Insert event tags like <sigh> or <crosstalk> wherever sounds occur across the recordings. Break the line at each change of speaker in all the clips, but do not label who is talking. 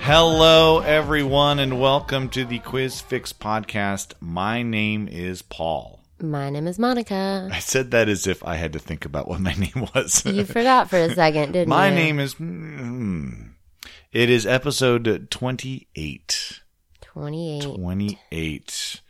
Hello, everyone, and welcome to the Quiz Fix podcast. My name is Paul. <laughs>
My name is Monica.
I said that as if I had to think about what my <laughs> name was.
You forgot for
<laughs>
a second, didn't
my
you?
name is. mm, It is episode 28.
28.
28.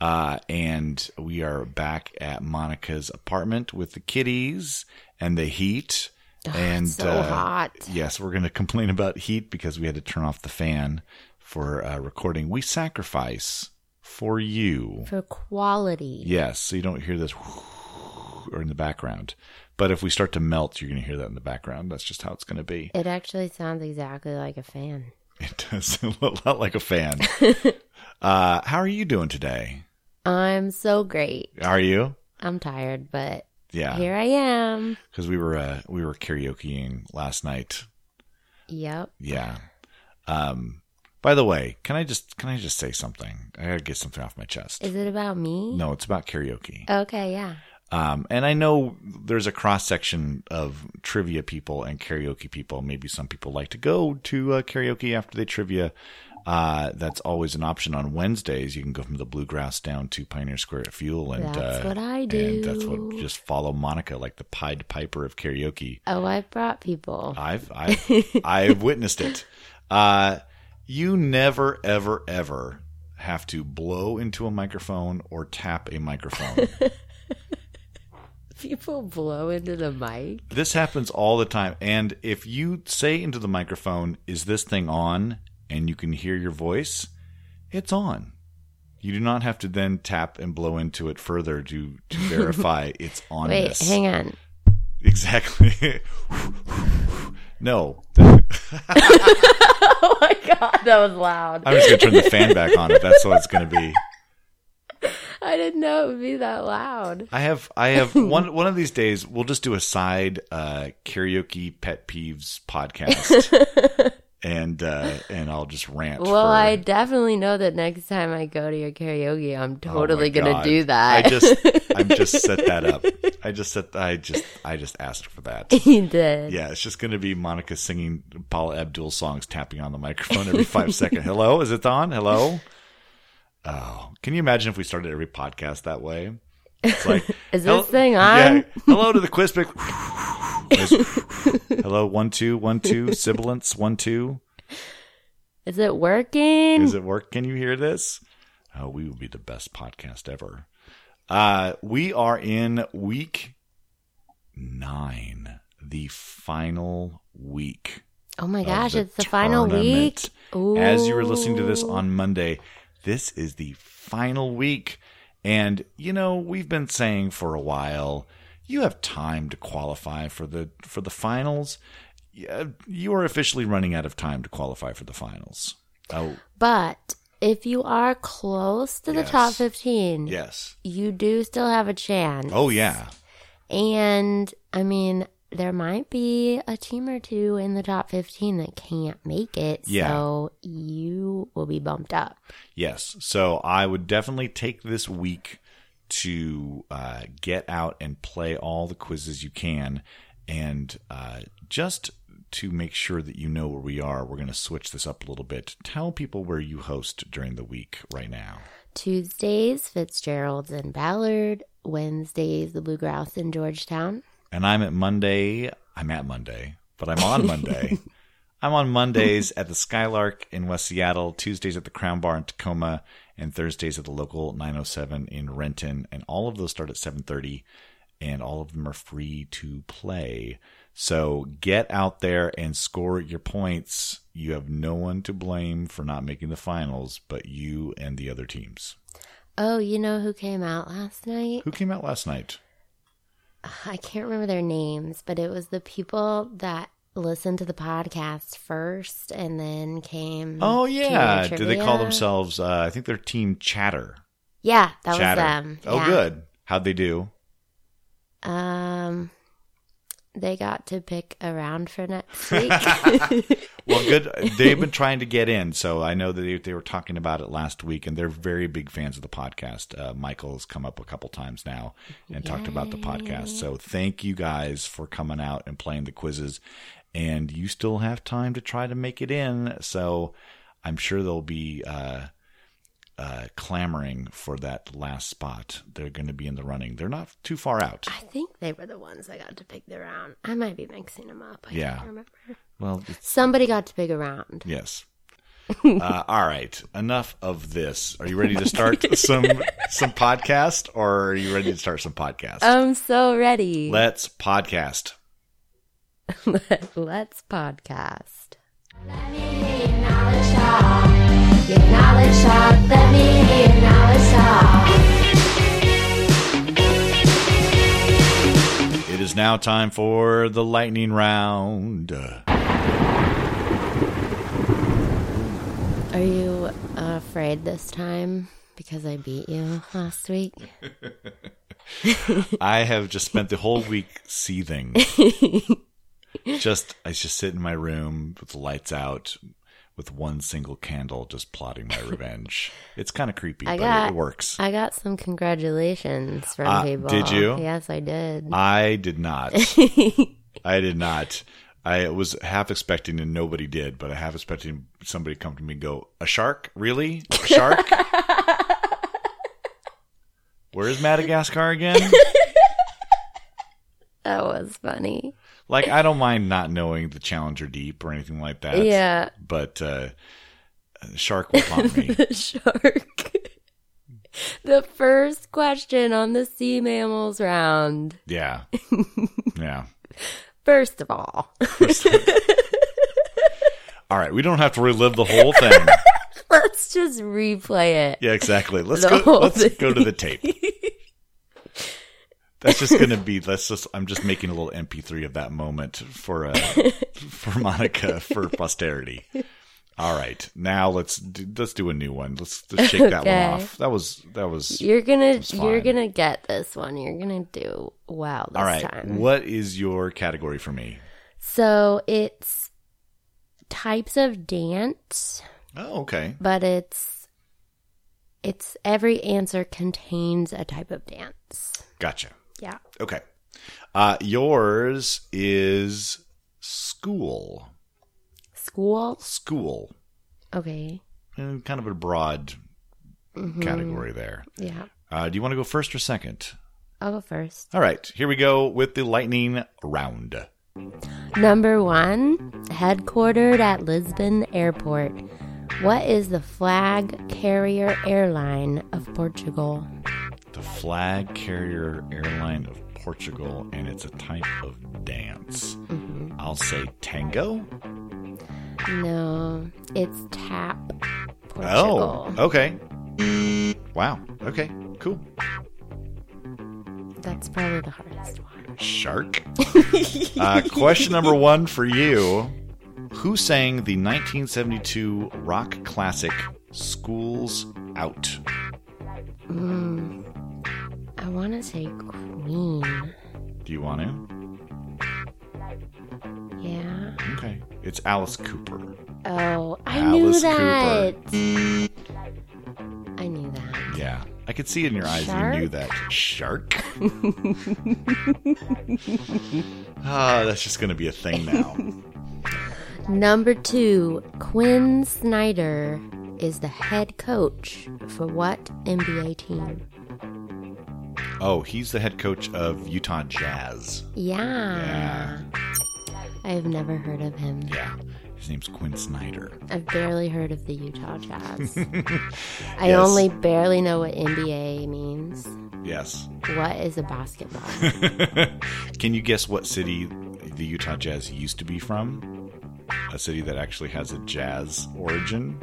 Uh, and we are back at Monica's apartment with the kitties and the heat. and
Oh,
uh,
it's so hot.
Yes, we're going to <laughs> complain about heat because we had to turn off the fan for uh, recording. We sacrifice for you.
For quality.
Yes, so you don't hear this <laughs> or in the background. But if we start to melt, you're going to hear that in the background. That's just how it's going to
<laughs>
be.
It actually sounds exactly like a fan.
It does <laughs> a lot like a
<laughs>
fan. uh, how are you doing today?
I'm so great.
Are you?
I'm tired, but
Yeah,
here I am.
because we were uh, we were karaokeing last night.
Yep.
Yeah. Um. By the way, can I just can I just say something? I gotta get something off my chest.
Is it Oh. about me?
No, it's about karaoke.
Okay, yeah.
Um, and I know there's a cross section of trivia people and karaoke people. Maybe some people like to go to uh, karaoke after they trivia. Uh, that's always an option on Wednesdays. You can go from the Bluegrass down to Pioneer Square at Fuel, and
That's
uh,
what I
And that's what
do.
just follow Monica like the Pied Piper of karaoke.
Oh, I brought people.
I've I've, I've witnessed it. Uh, you never ever ever have to blow into a microphone or tap a
<laughs>
microphone.
People blow into the mic.
This happens all the time. And if you say into the microphone, is this thing on? And you can hear your voice, it's on. You do not have to then tap and blow into it further to,
<laughs>
to verify it's on
Wait,
this.
hang
<laughs>
on.
Exactly. <laughs> no.
Oh my god, that was loud.
I'm just going to turn the fan back on if that's what it's going to be.
I didn't know it would be that loud.
I have I
<laughs>
have one one of these days we'll just do a side uh, karaoke pet peeves podcast.
<laughs>
and uh, and I'll just rant
Well,
for-
I definitely know that next time I go to your karaoke, I'm
Oh my
totally gonna
God.
do that.
I just I just set that up. I just set I just I just asked for that.
<laughs> he did.
Yeah, it's just going to be Monica singing Paula Abdul songs, tapping on the microphone every five second. Hello, is it on? Hello. Oh, can you imagine if we started every podcast that way? It's like,
<laughs> Is
hel-
this thing
Yeah.
on?
hello to the quiz pick. <laughs> hello, one two one two sibilance one two.
Is it working?
Is it work? Can you hear this? Oh, we will be the best podcast ever. Uh, we are in week nine, the final week.
oh my
of
gosh, it's the final week.
tournament. As you were listening to this on Monday, this is the final week. And, you know, we've been saying for a while, you have time to qualify for the for the finals. Yeah, You are officially running out of time to qualify for the finals. Oh,
But if you are close to
Yes.
the top 15,
yes.
you do still have a chance.
Oh yeah.
And I mean, there might be a team or two in the top 15 that can't make it.
Yeah.
So you will be bumped up.
Yes. So I would definitely take this week to uh, get out and play all the quizzes you can, and uh, just to make sure that you know where we are, we're going to switch this up a little bit. Tell people where you host during the week right now.
Tuesdays, Fitzgerald's in Ballard. Wednesdays, the Bluegrass in Georgetown.
And I'm at Monday. I'm at Monday, but I'm on Monday. I'm on Mondays at the Skylark in West Seattle, Tuesdays at the Crown Bar in Tacoma, and Thursdays at the local 907 in Renton. And all of those start at 7:30, and all of them are free to play. So get out there and score your points. You have no one to blame for not making the finals, but you and the other teams.
Oh, you know who came out last night? <sighs>
Who came out last night?
I can't remember their names, but it was the people that listened to the podcast first and then came.
Oh
to
yeah,
the
do they call
trivia.
themselves? Uh, I think they're Team Chatter.
Yeah, that
Chatter.
was them.
Oh,
Yeah.
good. How'd they do?
Um, they got to pick around
<laughs>
for next week.
Well, good. They've been trying to get in, so I know that they, they were talking about it last week, and they're very big fans of the podcast. Uh, Michael's come up a couple times now and talked about the podcast. So thank you guys for coming out and playing the quizzes, and you still have time to try to make it in. So I'm sure there'll be. Uh, uh, clamoring for that last spot. They're going to be in the running. They're not too far out.
I think they were the ones that got to pick the round. I might be mixing them up. I
Yeah.
can't remember.
Well,
Somebody got to pick around. <laughs>
Yes. uh, all right. Enough of this. Are you ready to start some some podcast, or are you ready to start some podcast?
I'm so ready.
Let's podcast.
<laughs> Let's podcast.
Let me hear your knowledge talk. Your knowledge talk. Let me hear your knowledge talk.
It is now time for the lightning round. Uh,
Are you uh, afraid this time because I beat you last week?
I have just spent the whole week
<laughs>
seething. just I just sit in my room with the lights out, with one single candle, just plotting my revenge. It's kind of creepy,
I
but
got-
it works.
I got some congratulations from
Ah,
people.
did you? Uh,
Yes, I did.
I did not. I did not. I was half expecting, and nobody did, but I half expecting somebody come to me and go, "A shark? Really? A shark? Where is Madagascar again?"
That was funny.
like, I don't mind not knowing the Challenger Deep or anything like that.
yeah, <laughs>
but uh, a shark will haunt me.
the shark. <laughs> the first question on the sea mammals round.
Yeah, yeah. <laughs>
First of all, <laughs>
All right, we don't have to relive the whole thing.
let's just replay it.
Yeah, exactly. Let's
The
go.
whole
Let's
thing.
go to the
<laughs>
tape. That's just gonna be. Let's just. I'm just making a little MP3 of that moment for uh,
<laughs>
for Monica for posterity. All right, now let's do, let's do a new one. Let's, let's shake that
Okay.
one off. That was that was.
You're gonna,
It's fine.
you're gonna get this one. You're gonna do well this
All right,
time.
what is your category for me?
So it's types of dance,
Oh, okay.
but it's it's every answer contains a type of dance.
Gotcha.
Yeah.
Okay. Uh, yours is school.
School.
School.
Okay.
Uh, Kind of a broad
Mhm.
category there.
Yeah.
Uh, do you want to go first or second?
I'll go first.
All right, here we go with the lightning round.
Number one, headquartered at Lisbon Airport. What is the flag carrier airline of Portugal?
The flag carrier airline of Portugal, and it's a type of dance. I'll say tango.
No, it's TAP Portugal.
Oh, okay. Wow. Okay. Cool.
That's probably the hardest one.
Shark. uh, question number one for you: Who sang the 1972 rock classic "Schools Out"?
Mm, I want to say Queen.
Do you want to?
Yeah.
Okay. It's Alice Cooper.
Oh, I
Alice
knew that.
Cooper.
I knew that.
Yeah. I could see it in your eyes
Shark?
you knew that. <laughs> Shark? Ah, that's just going to be a thing now.
Number two, Quinn Snyder is the head coach for what NBA team?
oh, he's the head coach of Utah Jazz.
Yeah.
Yeah.
I have never heard of him.
Yeah. His name's Quinn Snyder.
I've barely heard of the Utah Jazz.
<laughs>
I
Yes.
only barely know what NBA means.
Yes. <laughs>
What is a basketball?
Can you guess what city the Utah Jazz used to be from? A city that actually has a jazz origin?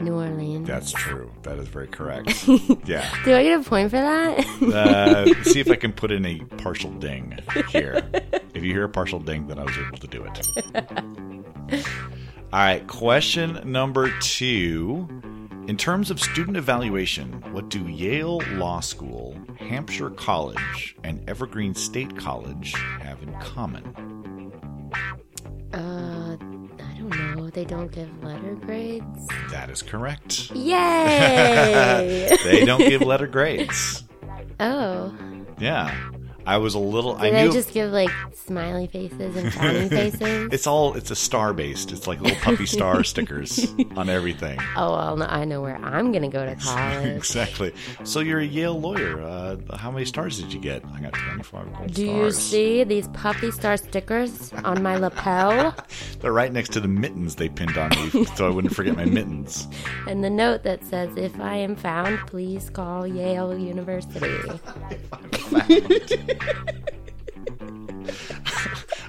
New Orleans.
That's true. That is very <laughs> correct. Yeah.
Do I get a point for that? <laughs>
Uh, see if I can put in a partial ding here. if you hear a partial ding, then I was able to do it. All right, question number two. In terms of student evaluation, what do Yale Law School, Hampshire College, and Evergreen State College have in common?
Uh, I don't know. They don't give letter
<laughs>
grades.
That is correct.
Yay!
They don't give letter grades.
oh,
Yeah. I was a little
do
I
they
knew
just give like smiley faces and
<laughs>
frowny faces?
it's all it's a star based. It's like little puppy star stickers on everything.
Oh well, no, I know where I'm gonna go
<laughs>
to college.
exactly. So you're a Yale lawyer. Uh, how many stars did you get? I got 25 gold
Do you
stars.
see these puppy star stickers on my lapel
They're right next to the mittens they pinned on me, <laughs> so I wouldn't forget my mittens.
and the note that says, "If I am found, please call Yale University."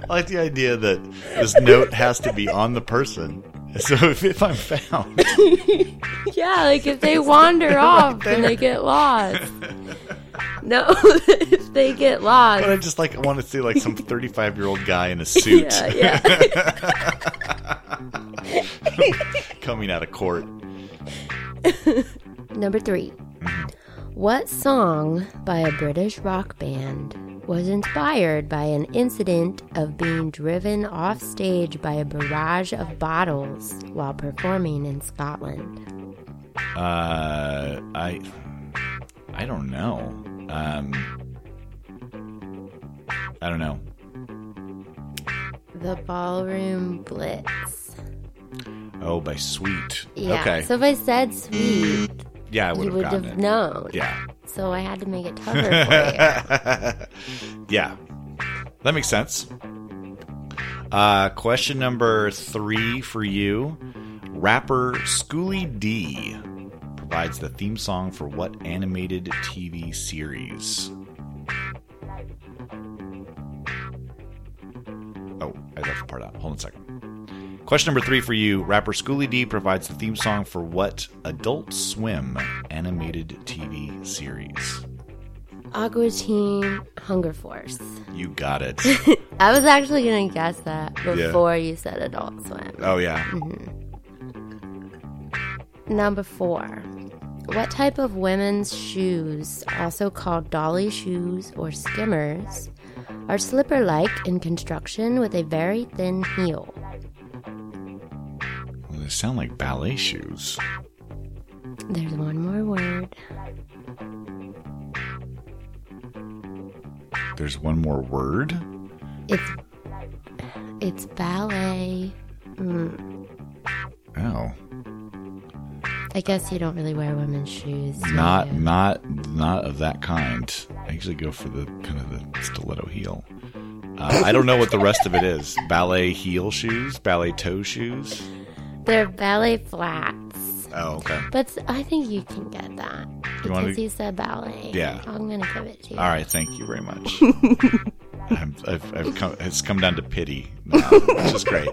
I like the idea that this note has to be on the person. <laughs> So if, if I'm found, <laughs>
yeah, like if they wander off and they
<laughs>
get lost. No, <laughs> if they get lost,
but I just like want to see like some 35 year old guy in a suit
Yeah, yeah.
<laughs>
<laughs>
coming out of court.
Number three. What song by a British rock band was inspired by an incident of being driven off stage by a barrage of bottles while performing in Scotland?
Uh, I I don't know. Um, I don't know.
The Ballroom Blitz.
Oh, by Sweet.
Yeah.
Okay.
So if I said sweet,
yeah, I would
you
have
would
gotten
have
it.
known.
Yeah.
So I had to make
<laughs>
it tougher for you.
yeah. That makes sense. Uh, question number three for you. Rapper Schoolie D provides the theme song for what animated TV series? Oh, I left the part out. Hold on a second. Question number three for you. Rapper Schoolie D provides the theme song for what Adult Swim animated TV series?
Aqua Teen Hunger Force.
You got it.
I was actually going to guess that before you said Adult Swim.
Oh yeah.
Number four. What type of women's shoes, also called dolly shoes or skimmers, are slipper like in construction with a very thin heel?
Well, they sound like ballet shoes.
There's one more word.
There's one more word.
It's it's ballet.
Oh,
I guess you don't really wear women's shoes. do
not
you?
not not of that kind. I usually go for the kind of the stiletto heel. Uh, I don't know what the rest of it is. Ballet heel shoes, ballet toe shoes.
They're ballet flats.
Oh, okay.
But I think you can get that.
You
Because
wanna-
you said ballet.
Yeah.
I'm gonna give it to you.
All right. Thank you very much. I'm, I've, I've come, it's come down to pity now, which is great.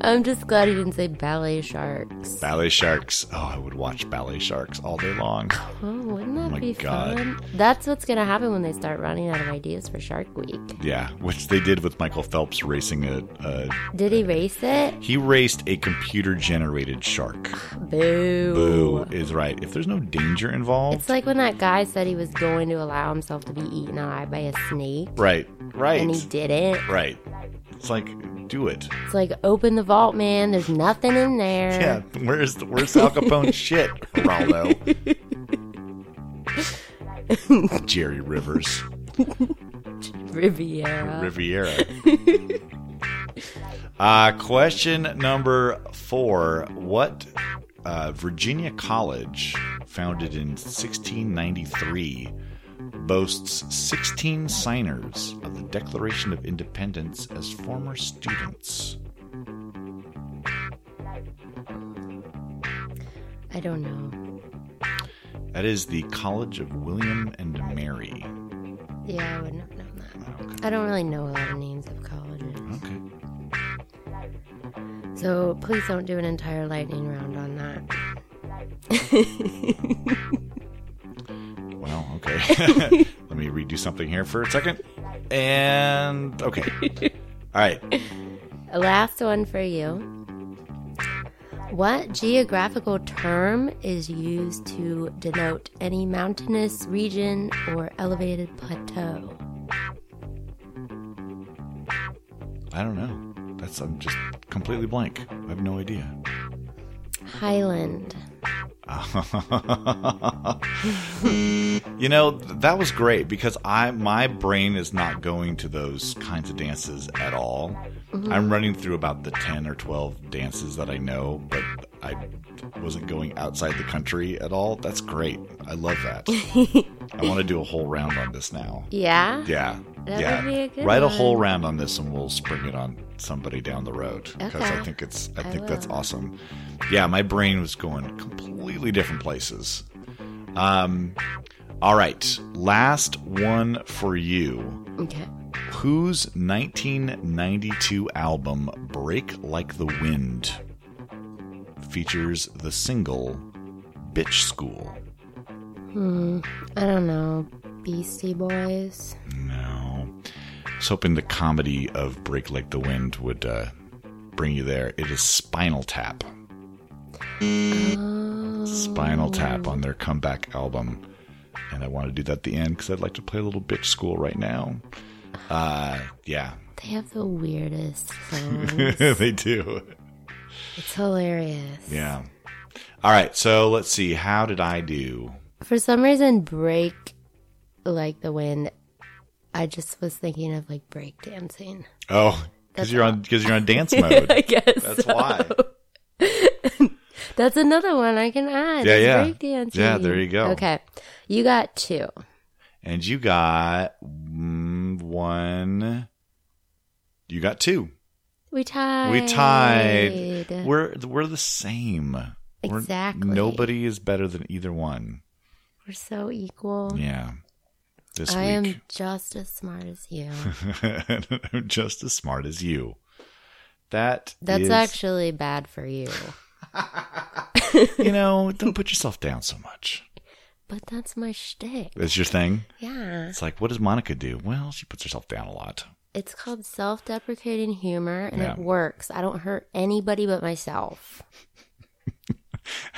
I'm just glad you didn't say ballet sharks.
Ballet sharks. Oh, I would watch ballet sharks all day long.
Oh, wouldn't that
my
be
God.
fun? That's what's gonna happen when they start running out of ideas for Shark Week.
Yeah, which they did with Michael Phelps racing a, a
Did he race it?
He raced a computer generated shark.
Boo.
Boo is right. If there's no danger involved.
It's like when that guy said he was going to allow himself to be eaten alive by a snake,
right. Right.
and he didn't.
right. It's like, do it.
It's like open the vault, man. There's nothing in there.
Yeah. <laughs> Where's the where's Al Capone shit, Geraldo? Jerry Rivers.
Riviera.
Riviera. uh, question number four. What uh, Virginia College, founded in 1693, boasts 16 signers of the Declaration of Independence as former students?
I don't know.
That is the College of William and Mary.
Yeah, I wouldn't have known that. I don't really know a lot of names of colleges,
Okay.
so please don't do an entire lightning round on that.
Well, okay. <laughs> Let me redo something here for a second. And okay. All right.
A last one for you. What geographical term is used to denote any mountainous region or elevated plateau?
I don't know. That's I'm just completely blank. I have no idea. <laughs>
Highland.
you know, th- that was great because I my brain is not going to those kinds of dances at all. I'm running through about the 10 or 12 dances that I know, but I wasn't going outside the country at all. That's great. I love that. I want to do a whole round on this now.
Yeah?
Yeah.
That
yeah.
would be a good
Write a
one.
whole round on this and we'll spring it on somebody down the road because
Okay.
I think it's I
I
think that's
will.
awesome. Yeah, my brain was going completely different places. Um all right, last one for you.
Okay.
Whose 1992 album Break Like the Wind features the single Bitch School?
I don't know. Beastie Boys.
No. I was hoping the comedy of Break Like the Wind would uh, bring you there. It is Spinal Tap. Spinal Tap on their comeback album. And I want to do that at the end because I'd like to play a little bitch school right now. Uh, yeah, <laughs>
They have the weirdest songs.
they do.
it's hilarious.
Yeah. All right, so let's see. How did I do?
For some reason, break like the wind. I just was thinking of like break dancing. <laughs>
Oh, because you're on because you're on dance mode.
I guess
That's why.
that's another one I can add.
Yeah,
is
yeah.
break dancing.
Yeah, there you go.
Okay, you got two.
And you got mm, one. You got two.
We tied.
We tied. We're we're the same. We're-
Exactly.
nobody is better than either one.
We're so equal.
Yeah. This
I
week,
am just as smart as
<laughs>
you.
I'm <laughs> just as smart as you. That
That's
is-
actually bad for you,
you
<laughs>
know. Don't put yourself down so much.
but that's my shtick.
That's your thing.
Yeah.
It's like, what does Monica do? Well, she puts herself down a lot. <laughs>
It's called self deprecating humor and
Yeah.
it works. I don't hurt anybody but myself.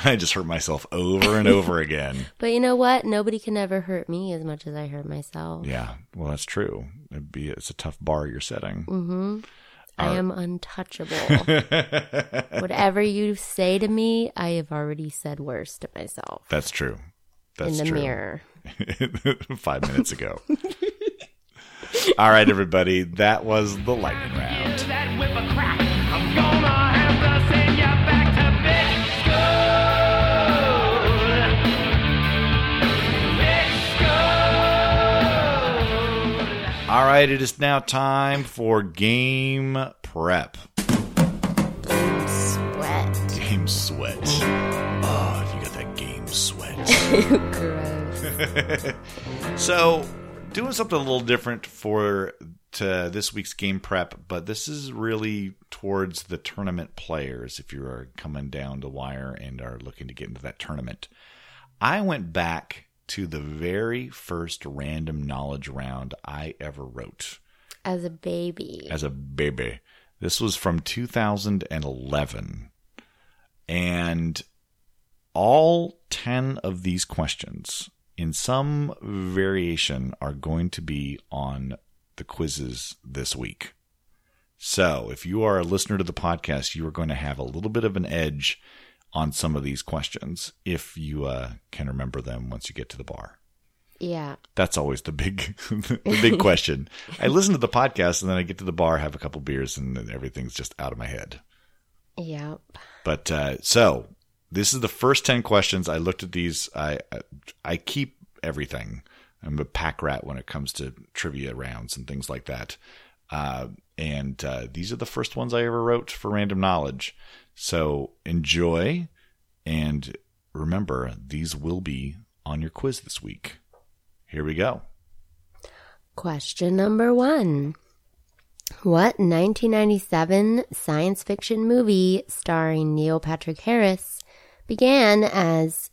I just hurt myself over and over again.
But you know what? Nobody can ever hurt me as much as I hurt myself.
Yeah, well, that's true. It'd be it's a tough bar you're setting.
hmm I
Our- <laughs>
am untouchable. Whatever you say to me, I have already said worse to myself
that's true. That's
in the
true.
mirror.
<laughs> Five minutes ago. <laughs> All right, everybody, that was the lightning round.
Give that whip a crack. I'm gonna have to send you back to bitch school. Bitch school.
All right, it is now time for game prep.
Sweat.
Game sweat. Oh, if you got that game sweat.
<laughs> Gross.
<laughs> So, doing something a little different for to this week's game prep, but this is really towards the tournament players. If you are coming down the wire and are looking to get into that tournament, I went back to the very first random knowledge round I ever wrote
As a baby.
as a baby. This was from 2011. And all 10 of these questions, in some variation, are going to be on the quizzes this week. So if you are a listener to the podcast, you are going to have a little bit of an edge on some of these questions if you uh, can remember them once you get to the bar
yeah.
that's always the big <laughs> the big question. I listen to the podcast and then I get to the bar, have a couple beers, and then everything's just out of my head.
Yep.
But uh, so this is the first ten questions. I looked at these. I I, I keep everything. I'm a pack rat when it comes to trivia rounds and things like that. Uh, and uh, these are the first ones I ever wrote for random knowledge. So enjoy, and remember these will be on your quiz this week. Here we go.
Question number one. What 1997 science fiction movie starring Neil Patrick Harris began as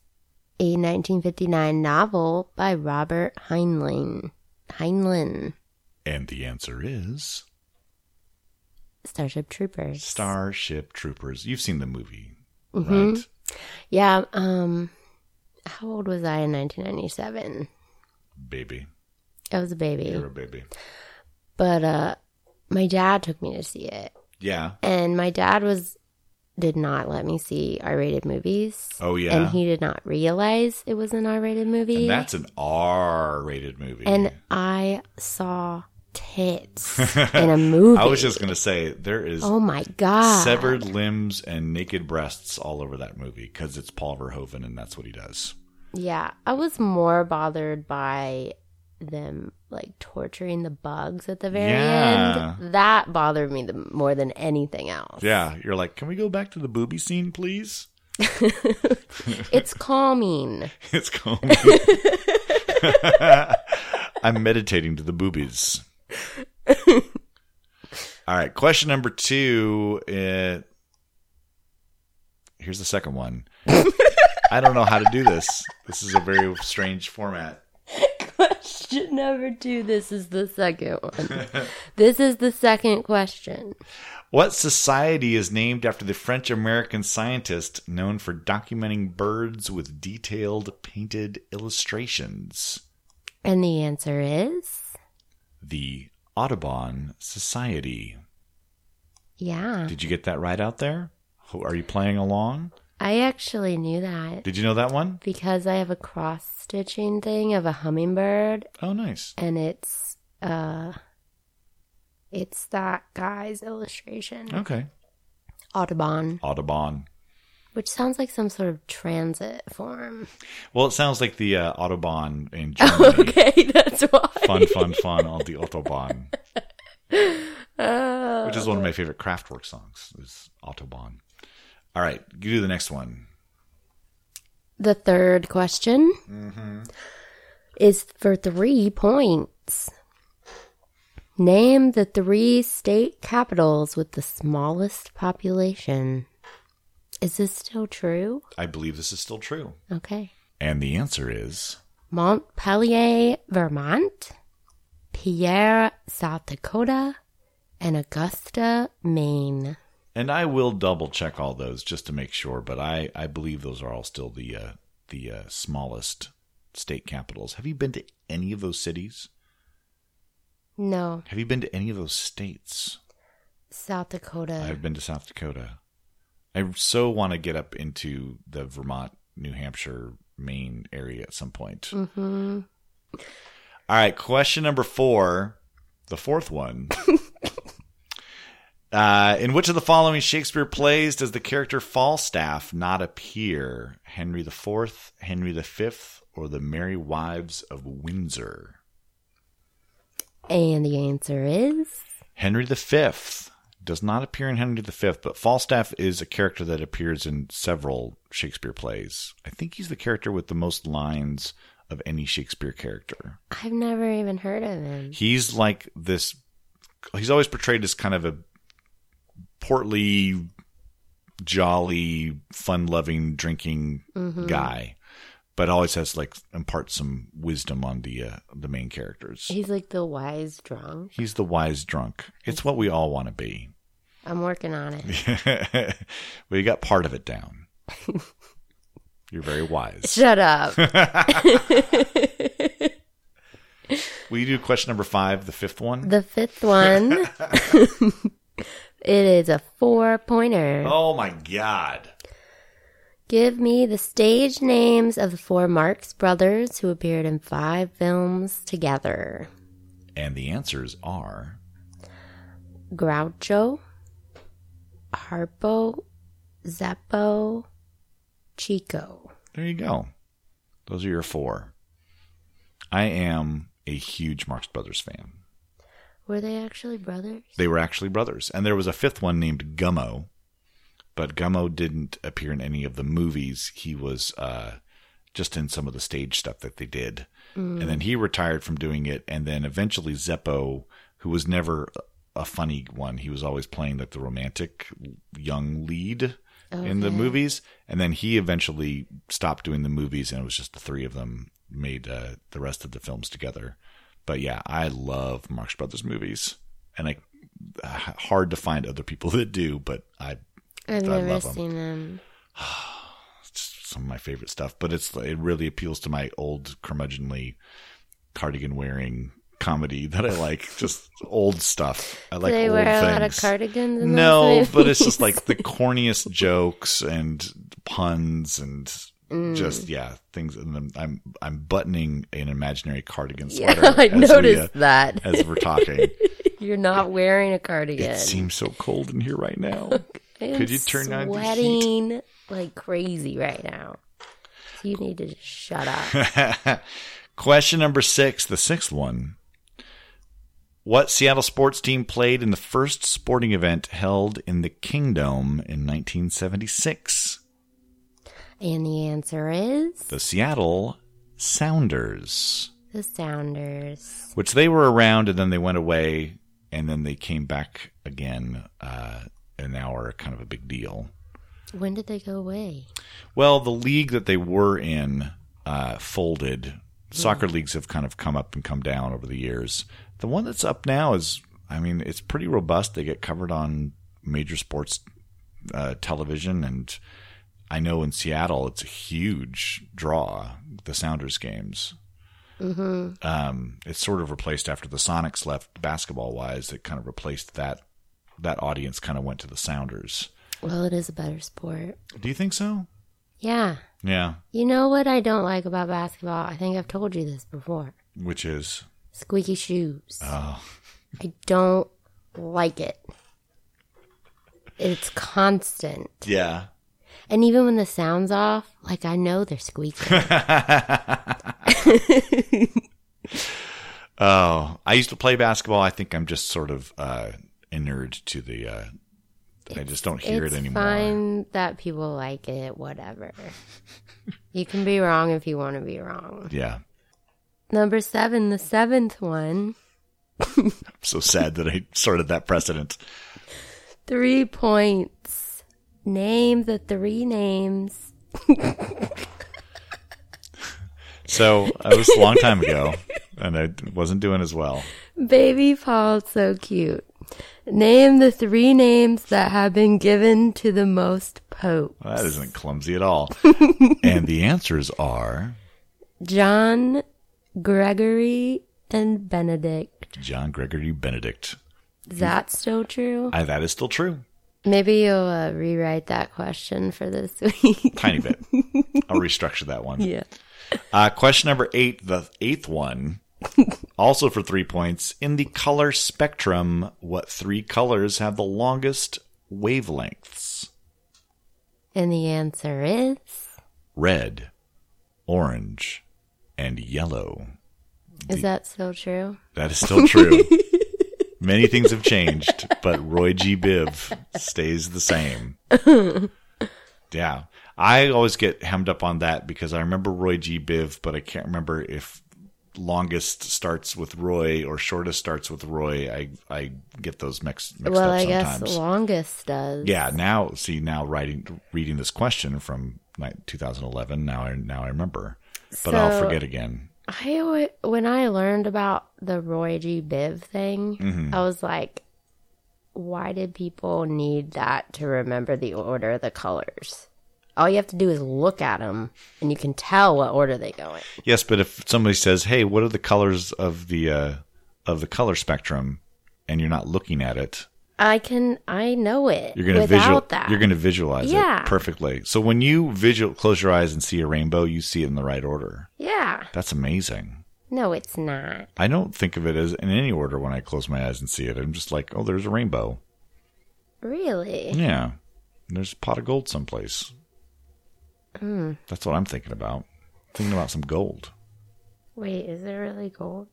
a 1959 novel by Robert Heinlein? Heinlein,
And the answer is
Starship Troopers.
Starship Troopers. You've seen the movie.
Mm-hmm.
right?
Yeah. Um, how old was I in 1997?
Baby,
I was a baby,
you're a baby.
but uh, my dad took me to see it,
Yeah.
and my dad was did not let me see R-rated movies.
Oh
And
yeah.
he did not realize it was an R-rated movie.
And that's an R-rated movie.
And I saw
<laughs>
tits in a movie.
I was just gonna say there is
oh my god,
severed limbs and naked breasts all over that movie because it's Paul Verhoeven and that's what he does.
Yeah, I was more bothered by them like torturing the bugs at the very
Yeah.
end. That bothered me the, more than anything else.
Yeah, you're like, can we go back to the booby scene, please? <laughs>
It's calming.
It's calm. I'm meditating to the boobies. All right, question number two. Uh, here's the second one. I don't know how to do this. This is a very strange format.
Question number two. This is the second one.
<laughs>
this is the second question.
What society is named after the French American scientist known for documenting birds with detailed painted illustrations?
And the answer is
The Audubon Society.
yeah.
Did you get that right out there? Who- Are you playing along?
I actually knew that
Did you know that one?
because I have a cross stitching thing of a hummingbird
Oh, nice.
and it's uh it's that guy's illustration
Okay.
audubon
Audubon.
which sounds like some sort of transit form
Well, it sounds like the uh, Audubon in Germany.
okay that's why
Fun, fun, fun on the Autobahn, which is one of my favorite Kraftwerk songs. Is Autobahn. All right, you do the next one.
the third question is for three points name the three state capitals with the smallest population is this still true
I believe this is still true.
okay
And the answer is
Montpelier, Vermont, Pierre, South Dakota, and Augusta, Maine.
and I will double check all those just to make sure, but I, I believe those are all still the uh, the uh, smallest state capitals. Have you been to any of those cities?
No,
Have you been to any of those states?
South Dakota.
I've been to South Dakota. I so want to get up into the Vermont, New Hampshire, Maine area at some point. Mm-hmm. right, question number four, the fourth one. uh, in which of the following Shakespeare plays does the character Falstaff not appear? Henry the Fourth, Henry the Fifth, or the Merry Wives of Windsor?
and the answer is
Henry V does not appear in Henry V, but Falstaff is a character that appears in several Shakespeare plays. I think he's the character with the most lines of any Shakespeare character.
I've never even heard of him.
He's like this, he's always portrayed as kind of a portly, jolly, fun loving, drinking guy. But always has like imparts some wisdom on the uh, the main characters.
He's like the wise drunk.
He's the wise drunk. It's what we all want to be.
I'm working on it.
<laughs> well, you got part of it down. You're very wise.
Shut up.
Will you do question number five, the fifth one?
the fifth one. <laughs> it is a four pointer.
Oh my God.
Give me the stage names of the four Marx brothers who appeared in five films together.
And the answers are
Groucho, Harpo, Zeppo, Chico.
there you go. Those are your four. I am a huge Marx Brothers fan.
Were they actually brothers?
They were actually brothers. And there was a fifth one named Gummo, but Gummo didn't appear in any of the movies. He was uh, just in some of the stage stuff that they did. And then he retired from doing it. And then eventually Zeppo, who was never a funny one, he was always playing like the romantic young lead in the movies. And then he eventually stopped doing the movies, and it was just the three of them made uh, the rest of the films together. But yeah, I love Marx Brothers movies, and I uh, hard to find other people <laughs> that do. But I,
I've
I
never
love 'em.
seen them.
It's just some of my favorite stuff, but it's it really appeals to my old curmudgeonly cardigan wearing comedy <laughs> that I like. just old stuff. I like
they
old
wear a
things.
lot of cardigans. In
No,
those
but it's
movies?
just like the corniest jokes and puns and
Mm.
just yeah things. And then I'm I'm buttoning an imaginary cardigan sweater.
<laughs> yeah, <laughs> I
as we, uh, <laughs>
noticed that.
as we're
<laughs>
talking.
You're not wearing a cardigan.
it seems so cold in here right
<laughs>
now.
I am
could you turn on the heat?
sweating like crazy right now? So you need to just shut up.
<laughs> Question number six, the sixth one. What Seattle sports team played in the first sporting event held in the Kingdom in 1976?
and the answer is
The Seattle Sounders,
the Sounders.
which they were around and then they went away and then they came back again uh, and now are kind of a big deal.
When did they go away?
Well, the league that they were in uh, folded. Soccer leagues have kind of come up and come down over the years. The one that's up now is, I mean, it's pretty robust. They get covered on major sports uh, television, and I know in Seattle it's a huge draw. The Sounders games. Um, it's sort of replaced after the Sonics left basketball wise. It kind of replaced that. That audience kind of went to the Sounders.
Well, it is a better sport.
Do you think so?
Yeah.
Yeah,
You know what I don't like about basketball? I think I've told you this before.
which is
Squeaky shoes.
Oh.
I don't like it. It's constant.
yeah.
And even when the sound's off, like I know
<laughs>
they're squeaking.
Oh, I used to play basketball. I think I'm just sort of uh, inured to the. Uh, I just don't hear
it's
it anymore.
fine that people like it, whatever. you can be wrong if you want to be wrong.
Yeah,
Number seven, the seventh one,
I'm so sad that I <laughs> started that precedent.
three points. Name the three names.
So I was a long time ago, and I wasn't doing as well.
Baby Paul, so cute. Name the three names that have been given to the most Pope.
Well, that isn't clumsy at all. and the answers are
John, Gregory, and Benedict.
John Gregory Benedict.
Is that still true?
I, that is still true.
Maybe you'll uh, rewrite that question for this <laughs> week.
Tiny bit. I'll restructure that one.
yeah.
Uh, question number eight, the eighth one, also for three points. In the color spectrum, what three colors have the longest wavelengths?
And the answer is
Red, orange, and yellow.
Is that still true?
That is still
<laughs>
true. Many things have changed, but Roy G. Biv stays the
<laughs>
same. Yeah. I always get hemmed up on that because I remember Roy G. Biv, but I can't remember if longest starts with Roy or shortest starts with Roy. I, I get those mixed, mixed
well,
up
I guess
sometimes.
longest does.
yeah. Now, see, now writing, reading this question from ni- 2011, now I, now I remember, but I'll
So-
forget again.
I alwa- when I learned about the Roy G. Biv thing,
Mm-hmm.
I was like, why did people need that to remember the order of the colors? All you have to do is look at them, and you can tell what order they go in.
Yes, but if somebody says, "Hey, what are the colors of the uh, of the color spectrum?" and you're not looking at it,
I can, I know it.
you're going to
without
visual-
that.
you're going to visualize
Yeah.
it perfectly. So when you visual close your eyes and see a rainbow, you see it in the right order.
yeah.
That's amazing.
No, it's not.
I don't think of it as in any order when I close my eyes and see it. I'm just like, "Oh, there's a rainbow."
Really?
Yeah. And There's a pot of gold someplace.
Mm.
That's what I'm thinking about. Thinking about some gold.
Wait, is it really gold?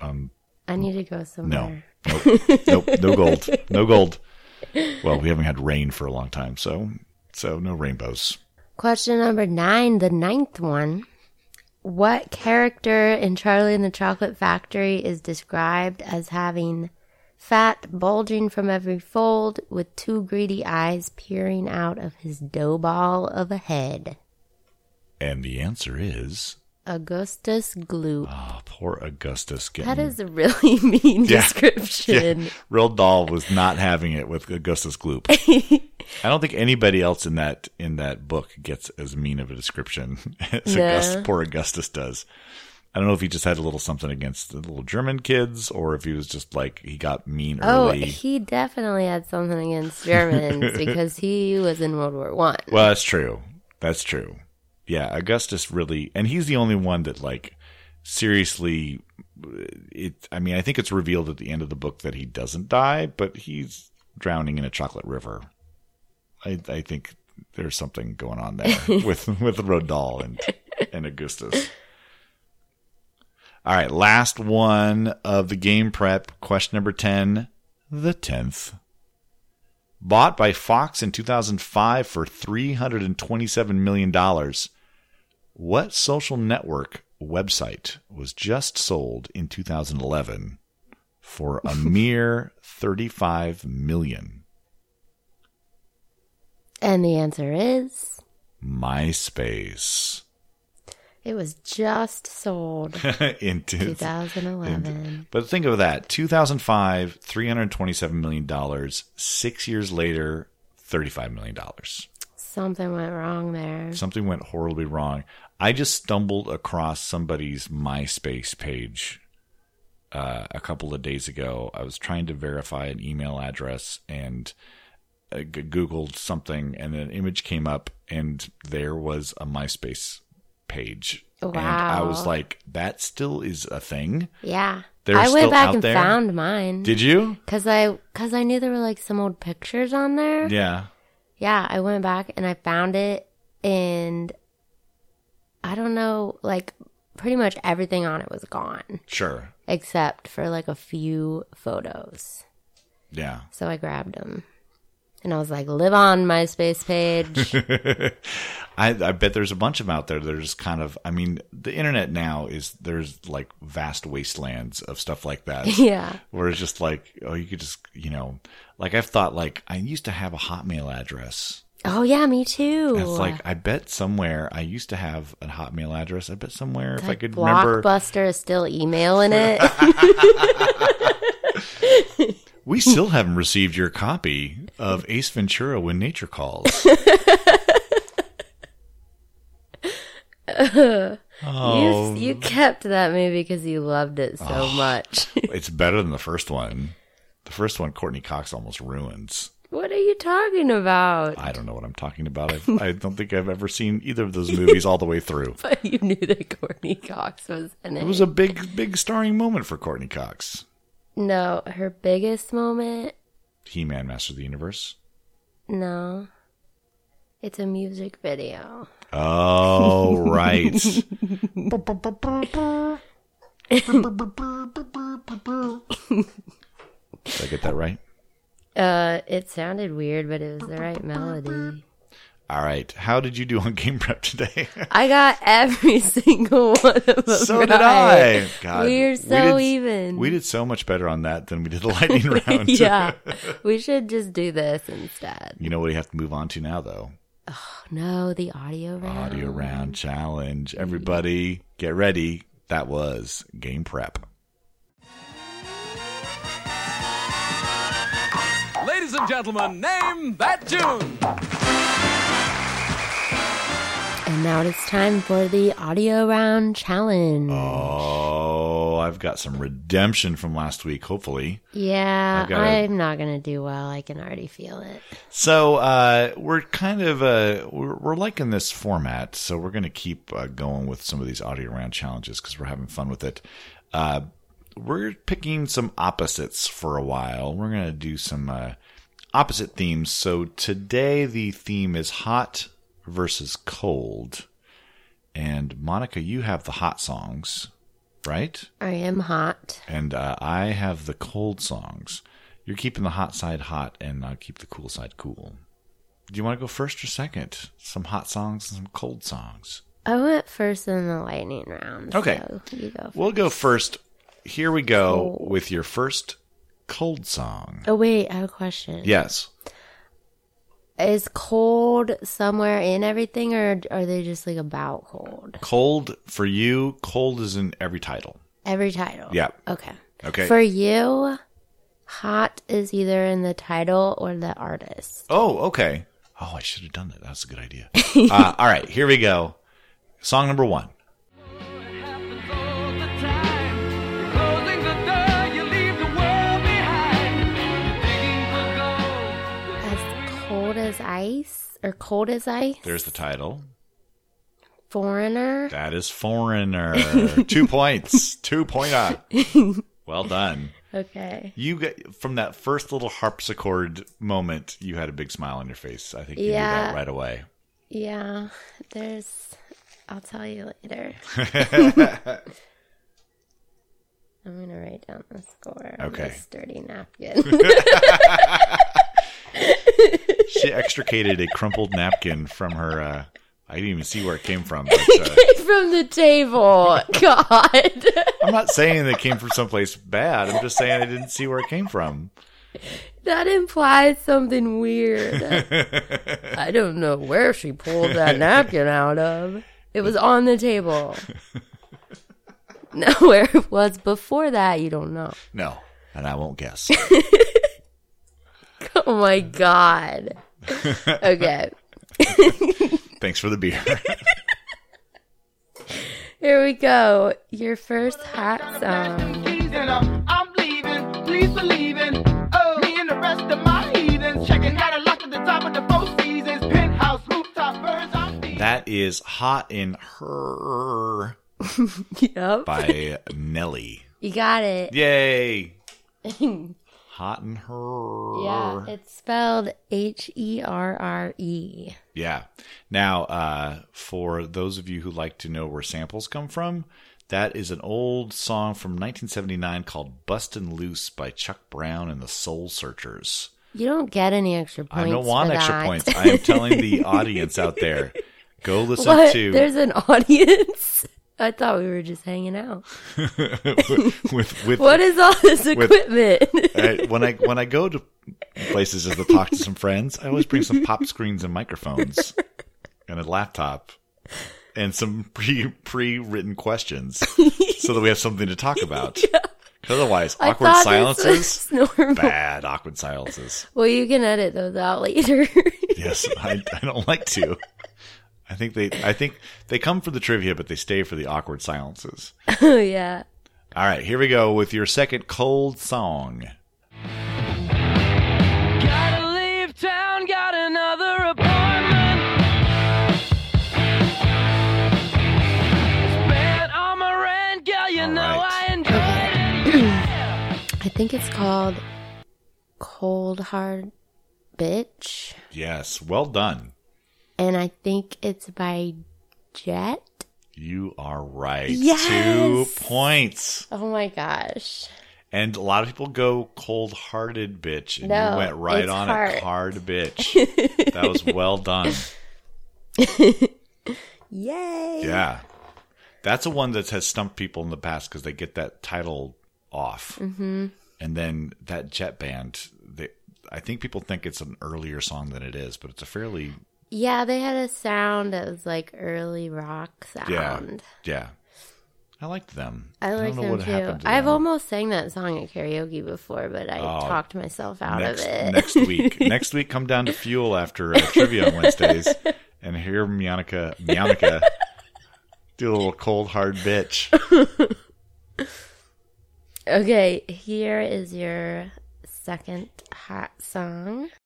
Um
I need to go
No.
somewhere.
Nope. nope. No gold. No gold. Well, we haven't had rain for a long time, so so no rainbows.
Question number nine, the ninth one. What character in Charlie and the Chocolate Factory is described as having fat bulging from every fold with two greedy eyes peering out of his dough ball of a head?
And the answer is
Augustus Gloop.
Oh, poor Augustus. Getting,
That is a really <laughs>
<laughs>
mean
Yeah.
description.
yeah, Real Dahl was not having it with Augustus
<laughs>
Gloop. I don't think anybody else in that in that book gets as mean of a description <laughs> as
No.
August, poor Augustus does. I don't know if he just had a little something against the little German kids, or if he was just like he got mean
Oh,
early.
he definitely had something
<laughs>
against Germans because he was in World War One.
Well, that's true. That's true. Yeah, Augustus really, and he's the only one that like seriously. It. I mean, I think it's revealed at the end of the book that he doesn't die, but he's drowning in a chocolate river. I, I think there's something going on there with with Rodal and and Augustus. All right, last one of the game prep question number ten, the tenth bought by Fox in 2005 for $327 million. What social network website was just sold in 2011 for a mere 35 million?
And the answer is
MySpace.
it was just sold
in two-
2011.
But think of that 2005, $327 million. Six years later, $35 million.
Something went wrong there.
something went horribly wrong. I just stumbled across somebody's MySpace page uh, a couple of days ago. I was trying to verify an email address and uh, g- Googled something, and an image came up, and there was a MySpace page. And I was
Wow.
like, that still is a thing.
Yeah.
They're
I
still
went back
out
and
there?
found mine.
Did you?
Cause I, cause I knew there were like some old pictures on there.
Yeah.
Yeah, I went back and I found it, and I don't know, like pretty much everything on it was gone
Sure.
except for like a few photos.
Yeah.
So I grabbed them, and I was like, "Live on
<laughs>
MySpace page."
I, I bet there's a bunch of them out there. that are just kind of, I mean, the internet now is there's like vast wastelands of stuff like that.
yeah,
where it's just like, oh, you could just, you know, like I've thought, like I used to have a Hotmail address.
oh yeah, me too.
And It's like I bet somewhere I used to have a Hotmail address. I bet somewhere if I could remember,
Blockbuster is still emailing it.
we still haven't received your copy of Ace Ventura: When Nature Calls. oh,
you, you kept that movie because you loved it so much. <laughs>
it's better than the first one. The first one, Courtney Cox almost ruins.
what are you talking about?
I don't know what I'm talking about. I've, I don't think I've ever seen either of those movies all the way through.
<laughs> But you knew that Courtney Cox was in it.
It was a big, big starring moment for Courtney Cox.
No, her biggest moment?
He Man, Master of the Universe.
No. It's a music video.
Oh,
<laughs>
right. Did I get that right?
Uh, it sounded weird, but it was the right melody.
All right. How did you do on game prep
<laughs>
today?
I got every <laughs> single one of them.
so did
right.
I. God,
We're
we
so
did-
even.
We did so much better on that than we did the
<laughs>
lightning round.
yeah. we should just do this
<laughs>
instead.
You know what we have to move on to now, though?
No, the audio round.
Audio round challenge. Everybody, get ready. That was game prep.
Ladies and gentlemen, name that tune.
And now it's time for the audio round challenge.
Oh, I've got some redemption from last week, hopefully.
yeah,
I've got a-
I'm not going to do well. I can already feel it.
So uh, we're kind of uh, we're, we're liking this format, so we're going to keep uh, going with some of these audio round challenges because we're having fun with it. Uh, we're picking some opposites for a while. We're going to do some uh, opposite themes. So today the theme is hot versus cold, and Monica, you have the hot songs, right?
I am hot.
and uh, I have the cold songs. You're keeping the hot side hot, and I'll keep the cool side cool. Do you want to go first or second? Some hot songs and some cold songs.
I went first in the lightning round.
Okay.
so you go.
We'll go first. Here we go with your first cold song.
Oh wait, I have a question.
Yes.
Is cold somewhere in everything, or are they just like about cold?
Cold for you. Cold is in every title.
Every title.
Yeah.
Okay.
Okay.
For you, hot is either in the title or the artist.
oh, okay. Oh, I should have done that. That's a good idea. uh, all right, here we go. Song number one.
As cold as ice, or cold as ice.
There's the title.
Foreigner.
That is Foreigner. Two points. Two point up. Well done.
Okay.
You got, from that first little harpsichord moment, you had a big smile on your face. I think you knew
Yeah.
that right away.
Yeah. There's. I'll tell you later. <laughs> I'm gonna write down the score. on
Okay.
This dirty napkin. <laughs>
She extricated a crumpled napkin from her. Uh, I didn't even see where it came from. But, uh,
<laughs> from the table. God. <laughs>
I'm not saying they came from someplace bad. I'm just saying I didn't see where it came from.
that implies something weird. I don't know where she pulled that napkin out of. It was on the table. Now, where it was before that, you don't know. <laughs>
No, and I won't guess.
Oh my God. Okay.
Thanks for the <laughs> beer.
Here we go. Your first hot
<laughs>
song.
I'm leaving, please believe it. Oh, me and the rest of my heathens. Checking out a lock at the top of the four seasons. Penthouse, rooftop, birds, I'm feeding.
that is "Hot in Her"
Yep.
by Nelly.
You got it. <laughs>
Yay! Hot in Her.
Yeah. It's spelled H E R R E.
Yeah. Now, uh, for those of you who like to know where samples come from, that is an old song from 1979 called "Bustin' Loose" by Chuck Brown and the Soul Searchers.
You don't get any extra points.
I don't want
for
extra
that. <laughs>
points. I am telling the audience out there, go listen
What?
to
There's an <laughs> audience. I thought we were just hanging out.
<laughs> with with
<laughs> What is all this equipment? <laughs>
I- when I when I go to places to talk to some friends, I always bring some pop screens and microphones and a laptop and some pre pre written questions so that we have something to talk
<laughs>
about. 'Cause Otherwise,
I
awkward
thought this was
silences.
normal.
Bad awkward silences.
Well, you can edit those out later. <laughs>
Yes, I, I don't like to. I think they I think they come for the trivia, but they stay for the awkward silences.
oh yeah.
All right, here we go with your second cold song.
Gotta leave town, got another appointment. Spent all my rent, girl, you
All
know
right.
I enjoyed it.
I think it's called Cold Hard Bitch,
Yes, well done.
and I think it's by Jet.
You are right.
Yes!
Two points.
Oh my gosh.
And a lot of people go cold hearted bitch. And you
No,
went right
it's
on
heart.
it. Hard
<laughs>
bitch. that was well done.
Yay.
Yeah. That's a one that has stumped people in the past because they get that title off. Mm-hmm. And then that jet band, they, I think people think it's an earlier song than it is, but it's a fairly,
Yeah, they had a sound that was like early rock
yeah.
sound.
Yeah. I liked them.
I like
don't know
them
what happened
too.
to
I've
them.
almost sang that song at karaoke before, but I
Oh,
talked myself out
next,
of it. <laughs>
next week. next week, come down to Fuel after uh, trivia on Wednesdays and hear Mianica, Mianica do a little cold hard bitch.
Okay, here is your second hot song.
<laughs>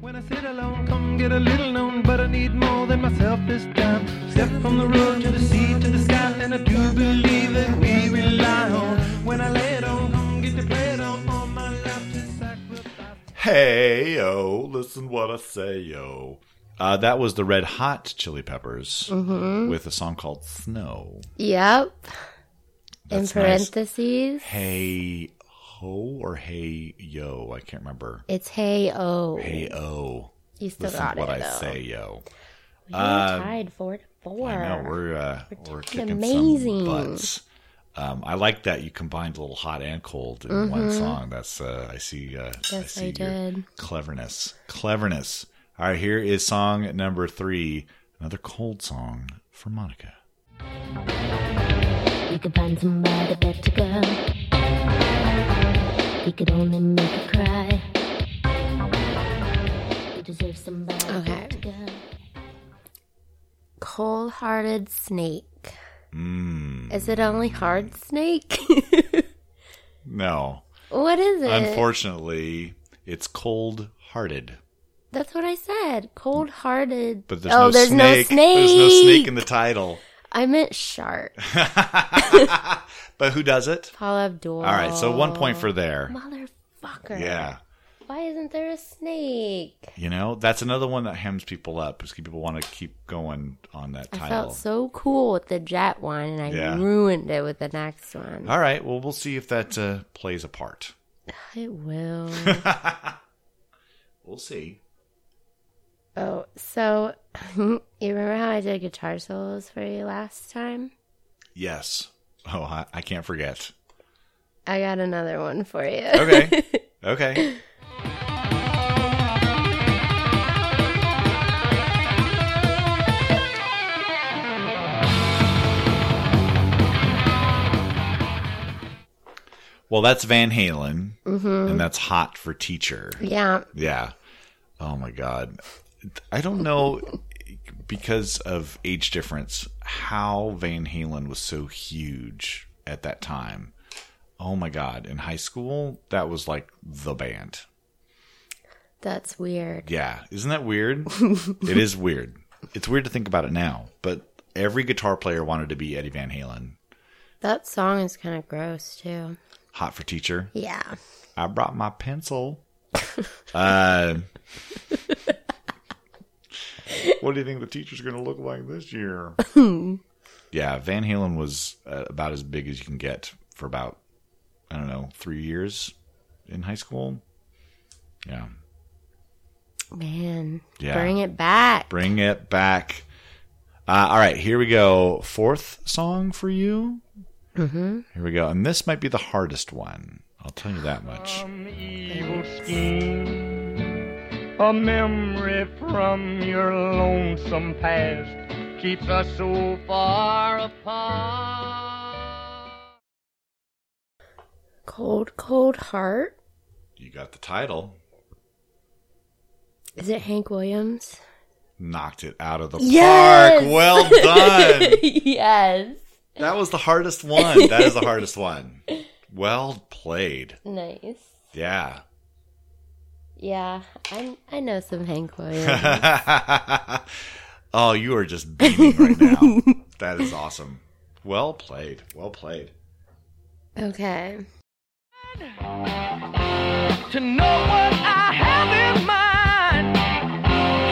When I sit alone, come get a little known, but I need more than myself this time. Step from the road to the sea to the sky, and I do believe that we rely on. When I lay it on, come get to play it on, on my lap to sacrifice.
Hey yo, listen what I say yo. Uh, that was the Red Hot Chili Peppers
Mm-hmm.
with a song called Snow.
Yep.
That's
In
nice.
parentheses,
Hey ho or hey yo, I can't remember.
it's hey oh.
Hey oh,
you still
listen
got
what
it
I
though.
say Um, yo.
You're tied four to four.
I know we're uh, we're, kicking
amazing.
some butts. Um, I like that you combined a little hot and cold in one song. That's uh, I see. Uh, I
Mm-hmm. Yes,
see
I
your
did.
cleverness, cleverness. All right, here is song number three, another cold song for Monica.
You could find somebody better, girl. You could only make her cry. You deserve somebody
Okay.
better, girl.
Cold hearted snake.
Mm.
Is it only hard snake? <laughs>
No,
what is it?
unfortunately, it's cold hearted.
That's what I said. Cold hearted.
But there's
oh,
no
there's
snake.
no snake.
There's no snake in the title.
I meant shark.
But who does it?
Paul Abdul.
All right, so one point for there.
Motherfucker.
Yeah.
Why isn't there a snake?
You know, that's another one that hems people up because people want to keep going on that
I
title.
felt so cool with the jet one, and I
Yeah.
ruined it with the next one.
All right, well, we'll see if that uh, plays a part.
It will.
We'll see.
oh, so <laughs> you remember how I did guitar solos for you last time?
Yes. Oh, I, I can't forget.
I got another one for you. <laughs>
Okay. okay. Well, that's Van Halen,
Mm-hmm.
and that's hot for teacher.
yeah.
Yeah. Oh my god. I don't know because of age difference how Van Halen was so huge at that time. Oh my god, in high school that was like the band.
That's weird.
Yeah, isn't that weird? it is weird. It's weird to think about it now, but every guitar player wanted to be Eddie Van Halen.
That song is kind of gross, too.
Hot for teacher.
Yeah.
I brought my pencil. uh, what do you think the teacher's going to look like this year? yeah, Van Halen was uh, about as big as you can get for about, I don't know, three years in high school. Yeah.
Man.
Yeah.
Bring it back.
Bring it back. Uh, all right, here we go. Fourth song for you. Mm-hmm. Here we go. And this might be the hardest one. I'll tell you that much.
Some evil scheme, a memory from your lonesome past keeps us so far apart.
Cold, cold heart.
You got the title.
Is it
<laughs>
Hank Williams?
knocked it out of the
Yes!
park. Well done.
<laughs> yes.
that was the hardest one. That is the
<laughs>
hardest one. Well played.
Nice.
Yeah.
Yeah, I I know
<laughs>
some Hank Williams. Mm-hmm.
oh, you are just beaming right
<laughs>
now. that is awesome. Well played. Well played.
okay.
to know what I have in mind.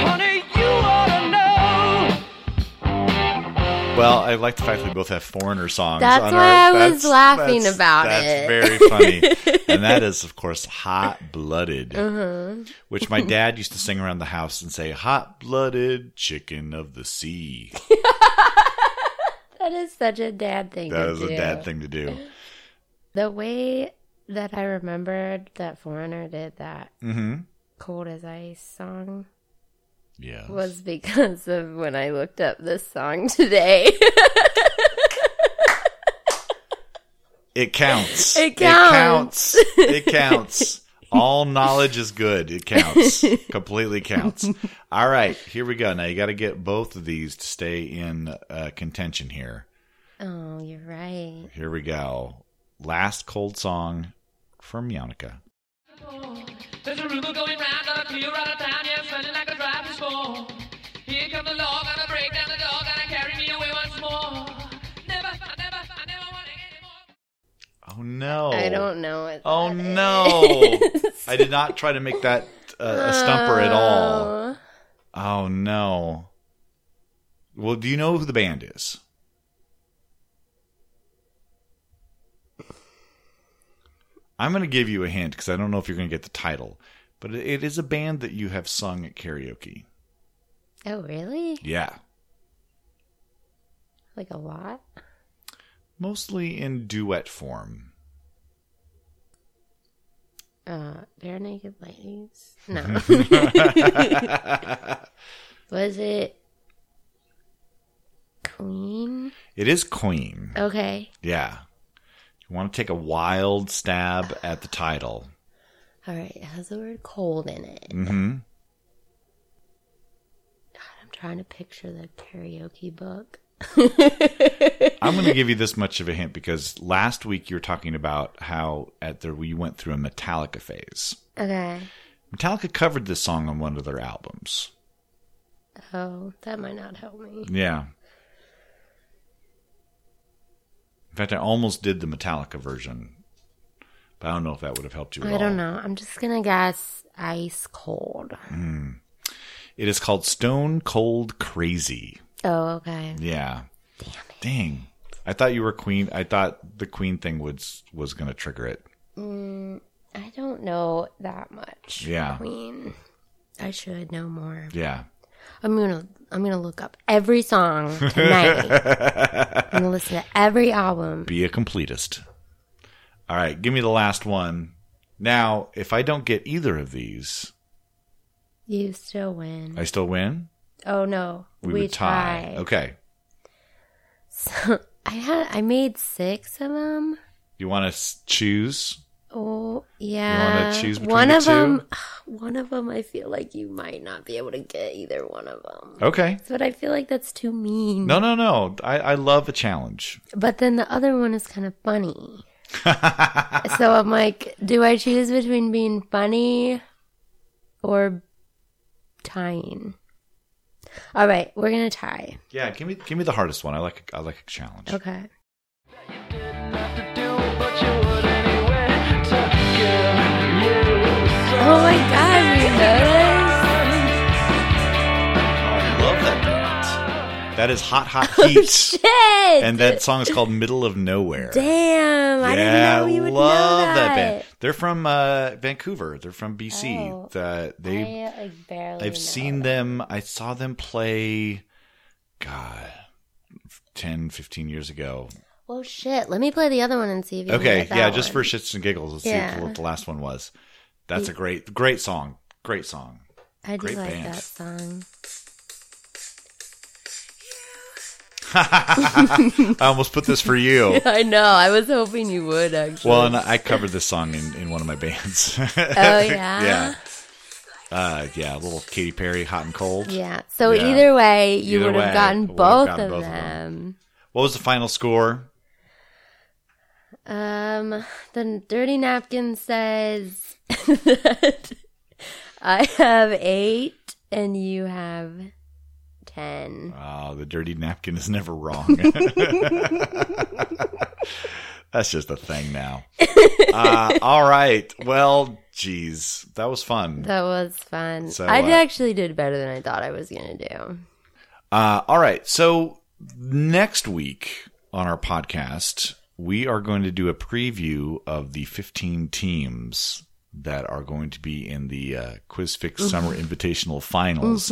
Honey, you ought to know.
Well, I like the fact that we both have foreigner songs.
That's
on
why
our,
I was laughing about it.
That's
<laughs>
very funny, and that is, of course, "Hot Blooded,"
Uh-huh.
which my dad used to sing around the house and say, "Hot Blooded Chicken of the Sea."
That is such a dad thing.
That
to
is
do.
a dad thing to do.
<laughs> The way that I remembered that Foreigner did that
Mm-hmm.
"Cold as Ice" song
Yeah.
was because of when I looked up this song <laughs> today.
It counts.
<laughs> It counts.
It counts. It counts. All knowledge is good. It
<laughs>
counts. Completely counts. All right, here we go. Now you got to get both of these to stay in uh, contention here.
oh, you're right.
Here we go. Last cold song from Yannicka.
There's a rumor going round that a clear out of town, yeah, smelling like a driver's score. Here comes the law, gonna break down the door, gonna carry me away once more. Never, I never, I never want it anymore.
Oh no.
I don't know what.
Oh
that
no.
is.
I did not try to make that uh, a stumper at all.
Oh.
Oh no. Well, do you know who the band is? I'm going to give you a hint because I don't know if you're going to get the title, but it- it is a band that you have sung at karaoke.
Oh, really?
Yeah.
Like a lot?
<laughs> Mostly in duet form.
uh, bare naked ladies.
<laughs>
No, <laughs> was it Queen?
It is Queen.
Okay,
Yeah. You want to take a wild stab at the title.
all right. It has the word cold in it.
Mm-hmm.
I'm trying to picture the karaoke <laughs> book.
I'm going to give you this much of a hint because last week you were talking about how at the you went through a Metallica phase.
Okay.
Metallica covered this song on one of their albums.
Oh, that might not help me.
Yeah. In fact, I almost did the Metallica version, but I don't know if that would have helped you. At
I
all.
don't know. I'm just gonna guess ice cold.
It is called Stone Cold Crazy.
Oh, okay.
Yeah. Dang. I thought you were Queen. I thought the Queen thing was was going to trigger it.
I don't know that much.
Yeah.
Queen. I should know more.
Yeah.
I'm gonna I'm gonna look up
<laughs>
every song tonight. I'm gonna listen to every album.
Be a completist. All right, give me the last one. Now, if I don't get either of these,
You still win.
I still win.
oh no, we,
would tie.
tried.
Okay.
So <laughs> I had I made six of them.
You want to choose?
Oh yeah.
choose between
one
the
of them. <sighs>
two?
One of them. I feel like you might not be able to get either one of them.
Okay.
But I feel like that's too mean.
No, no, no. I, I love a challenge.
But then the other one is kind of
<laughs>
funny. so I'm like, do I choose between being funny or tying? All right, we're gonna tie.
Yeah, give me give me the hardest one. I like I like a challenge.
Okay. Oh my god, we know
Oh, I love that
<laughs>
dance. That is hot, hot heat.
this? Oh, Shit!
and that song is called Middle of Nowhere.
Damn,
yeah,
I didn't know you would
love
know that.
band. They're from uh, Vancouver. They're from BC.
Oh,
The- they
I like barely.
I've seen them. I saw them play, God, 10, 15 years ago.
Well, shit. Let me play the other one and see if you can
Okay,
get that
yeah, just for
one.
shits and giggles. Let's see
Yeah.
what the last one was. That's a great, great song. Great song.
I do
great
like
band.
that song.
I almost put this for
<laughs>
you.
<laughs> I know. I was hoping you would actually.
Well, and I covered this song in, in one of my bands. <laughs> oh,
yeah?
yeah. Uh, yeah, a little Katy Perry, Hot and Cold.
Yeah. So
Yeah.
either way, you
Either
would
way,
have gotten
I would've
both,
gotten
of,
both of
them.
What was the final score?
Um, the dirty napkin says <laughs> that I have eight and you have ten.
Oh, the dirty napkin is never wrong. <laughs> That's just a thing now. Uh, all right. Well, geez, that was fun.
That was fun.
So,
I
uh,
actually did better than I thought I was gonna do.
Uh, all right. So next week on our podcast, we are going to do a preview of the 15 teams that are going to be in the uh, QuizFix
Mm-hmm.
Summer Invitational Finals.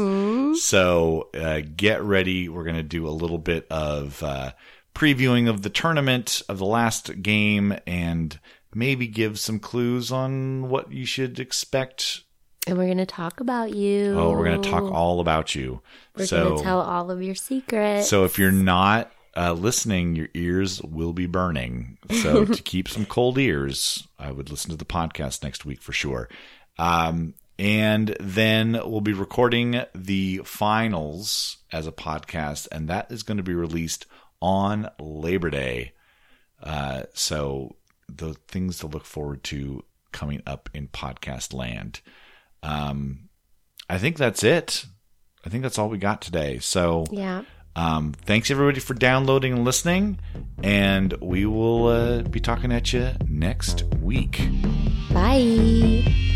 So uh, get ready. We're going to do a little bit of uh, previewing of the tournament of the last game and maybe give some clues on what you should expect.
And we're gonna talk about you.
Oh, we're going to talk all about you.
We're
so
gonna tell all of your secrets.
so if you're not uh, listening, your ears will be burning. So to keep some cold ears, I would listen to the podcast next week for sure. Um, and then we'll be recording the finals as a podcast, and that is going to be released on Labor Day. Uh, so the things to look forward to coming up in podcast land. Um, I think that's it. I think that's all we got today. So
yeah.
um, thanks everybody for downloading and listening, and we will uh, be talking at you next week.
Bye.